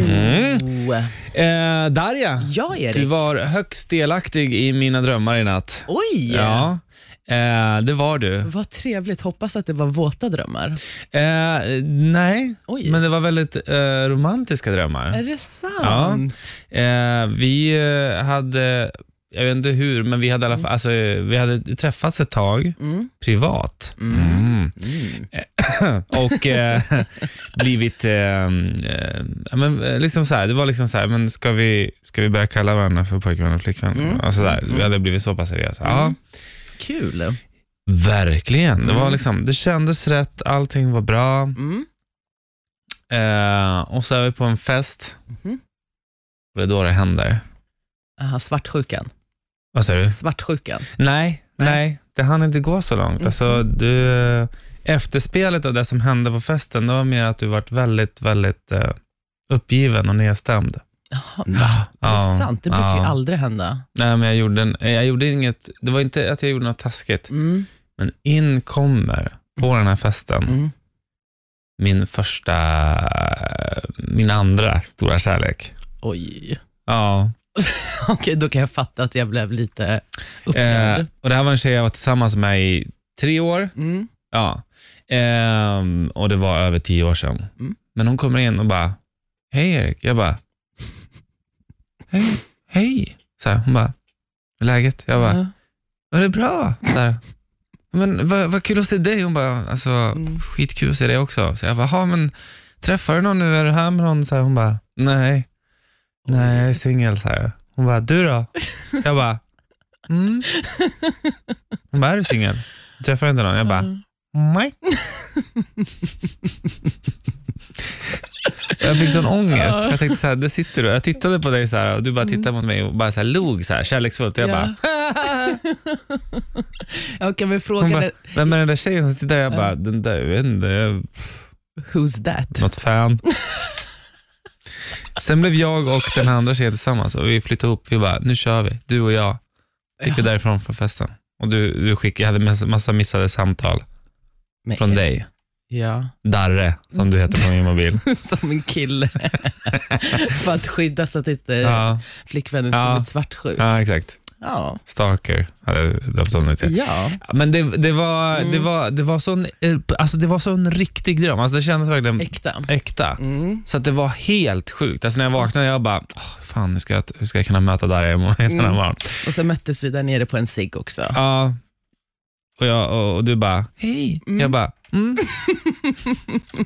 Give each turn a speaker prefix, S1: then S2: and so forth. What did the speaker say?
S1: Mm. Eh, Darja,
S2: Ja, Erik.
S1: du var högst delaktig i mina drömmar i natt.
S2: Oj!
S1: Ja, eh, det var du.
S2: Vad trevligt. Hoppas att det var våta drömmar.
S1: Eh, nej,
S2: Oj.
S1: men det var väldigt eh, romantiska drömmar.
S2: Är det sant?
S1: Ja. Eh, vi eh, hade, jag vet inte hur, men vi hade, i alla fall, alltså, eh, vi hade träffats ett tag
S2: Mm.
S1: privat.
S2: Mm.
S1: Mm.
S2: Mm.
S1: och eh, blivit, eh, eh, ja, men, eh, liksom så här, det var liksom så här, men ska vi, ska vi börja kalla varandra för pojkvän och flickvän?
S2: Mm.
S1: Och så där. Vi hade blivit så pass seriösa. Ja,
S2: Kul.
S1: verkligen. Det, var
S2: Mm.
S1: liksom, det kändes rätt, allting var bra.
S2: Mm.
S1: Eh, och så är vi på en fest,
S2: Mhm.
S1: och det är då det händer.
S2: Aha, svartsjukan.
S1: Vad säger du?
S2: Svartsjukan.
S1: Nej,
S2: Nej. Mm.
S1: nej, det hann inte gå så långt. Alltså, du, efterspelet av det som hände på festen, det var mer att du varit väldigt, väldigt eh, uppgiven och nedstämd.
S2: Jaha,
S1: Ja.
S2: det är sant. Det brukar ju
S1: Ja.
S2: aldrig hända.
S1: Nej, men jag gjorde, en, eh, jag gjorde inget, det var inte att jag gjorde något taskigt,
S2: Mm.
S1: men in kommer på den här festen
S2: Mm.
S1: min första, min andra stora kärlek.
S2: Oj.
S1: Ja,
S2: Okej, då kan jag fatta att jag blev lite
S1: eh,
S2: upprörd.
S1: och det här var en tjej jag var tillsammans med i tre år.
S2: Mm.
S1: Ja. Ehm, och det var över tio år sedan.
S2: Mm.
S1: Men hon kommer in och bara, hej Erik. Jag bara, hej, hej. Så här, hon bara, hur är läget? Jag bara,
S2: Ja.
S1: ja, det är bra. Så här, men vad, vad kul att se dig. Hon bara, alltså
S2: Mm.
S1: skitkul att se dig också. Så jag bara, "Jaha, men träffar du någon nu? Är du här med någon? Så här, hon bara, nej, nej jag är singel. Så här. Hon bara, du då? Jag bara, mm. Hon bara, är du singel? Du Träffar inte någon? Jag bara,
S2: Mm.
S1: Nej. jag fick sån ångest.
S2: Ja. Mm.
S1: Jag tänkte så här, där sitter du. Jag tittade på dig så här, och du bara tittade mot mig och bara så här, log så här, kärleksfullt. Och jag
S2: Ja.
S1: bara,
S2: Jag kan väl fråga
S1: hon bara,
S2: dig,
S1: vem är den där tjejen som sitter där? Jag bara, den där, jag vet inte, jag är
S2: who's that?
S1: något fan. Sen blev jag och den här andra tjejen tillsammans och vi flyttade ihop. Vi bara, nu kör vi, du och jag. Gick vi därifrån från festen. Och du, du skickade, jag hade massa- massa missade samtal
S2: Men-
S1: från dig.
S2: Ja,
S1: Darre, som du heter på min mobil.
S2: som en kille. För att skydda så att inte
S1: Ja.
S2: flickvännen
S1: Ja.
S2: skulle bli svartsjuk.
S1: Ja, exekt.
S2: Ja.
S1: Stalker hade jag döpt om det till.
S2: ja.
S1: Men det, det, var,
S2: Mm.
S1: det, var, det, var sån, eh, alltså det var sån riktig dröm. Alltså det kändes verkligen
S2: Äkta.
S1: äkta.
S2: Mm.
S1: Så att det var helt sjukt. Alltså när jag vaknade jag bara, "Åh, fan hur ska jag, hur ska jag kunna möta Darja imorgon?
S2: Mm.
S1: Mm.
S2: Och så möttes vi där nere på en cigg också.
S1: Ja. Och, jag, och, och du bara, hej.
S2: Mm.
S1: Jag bara, mm.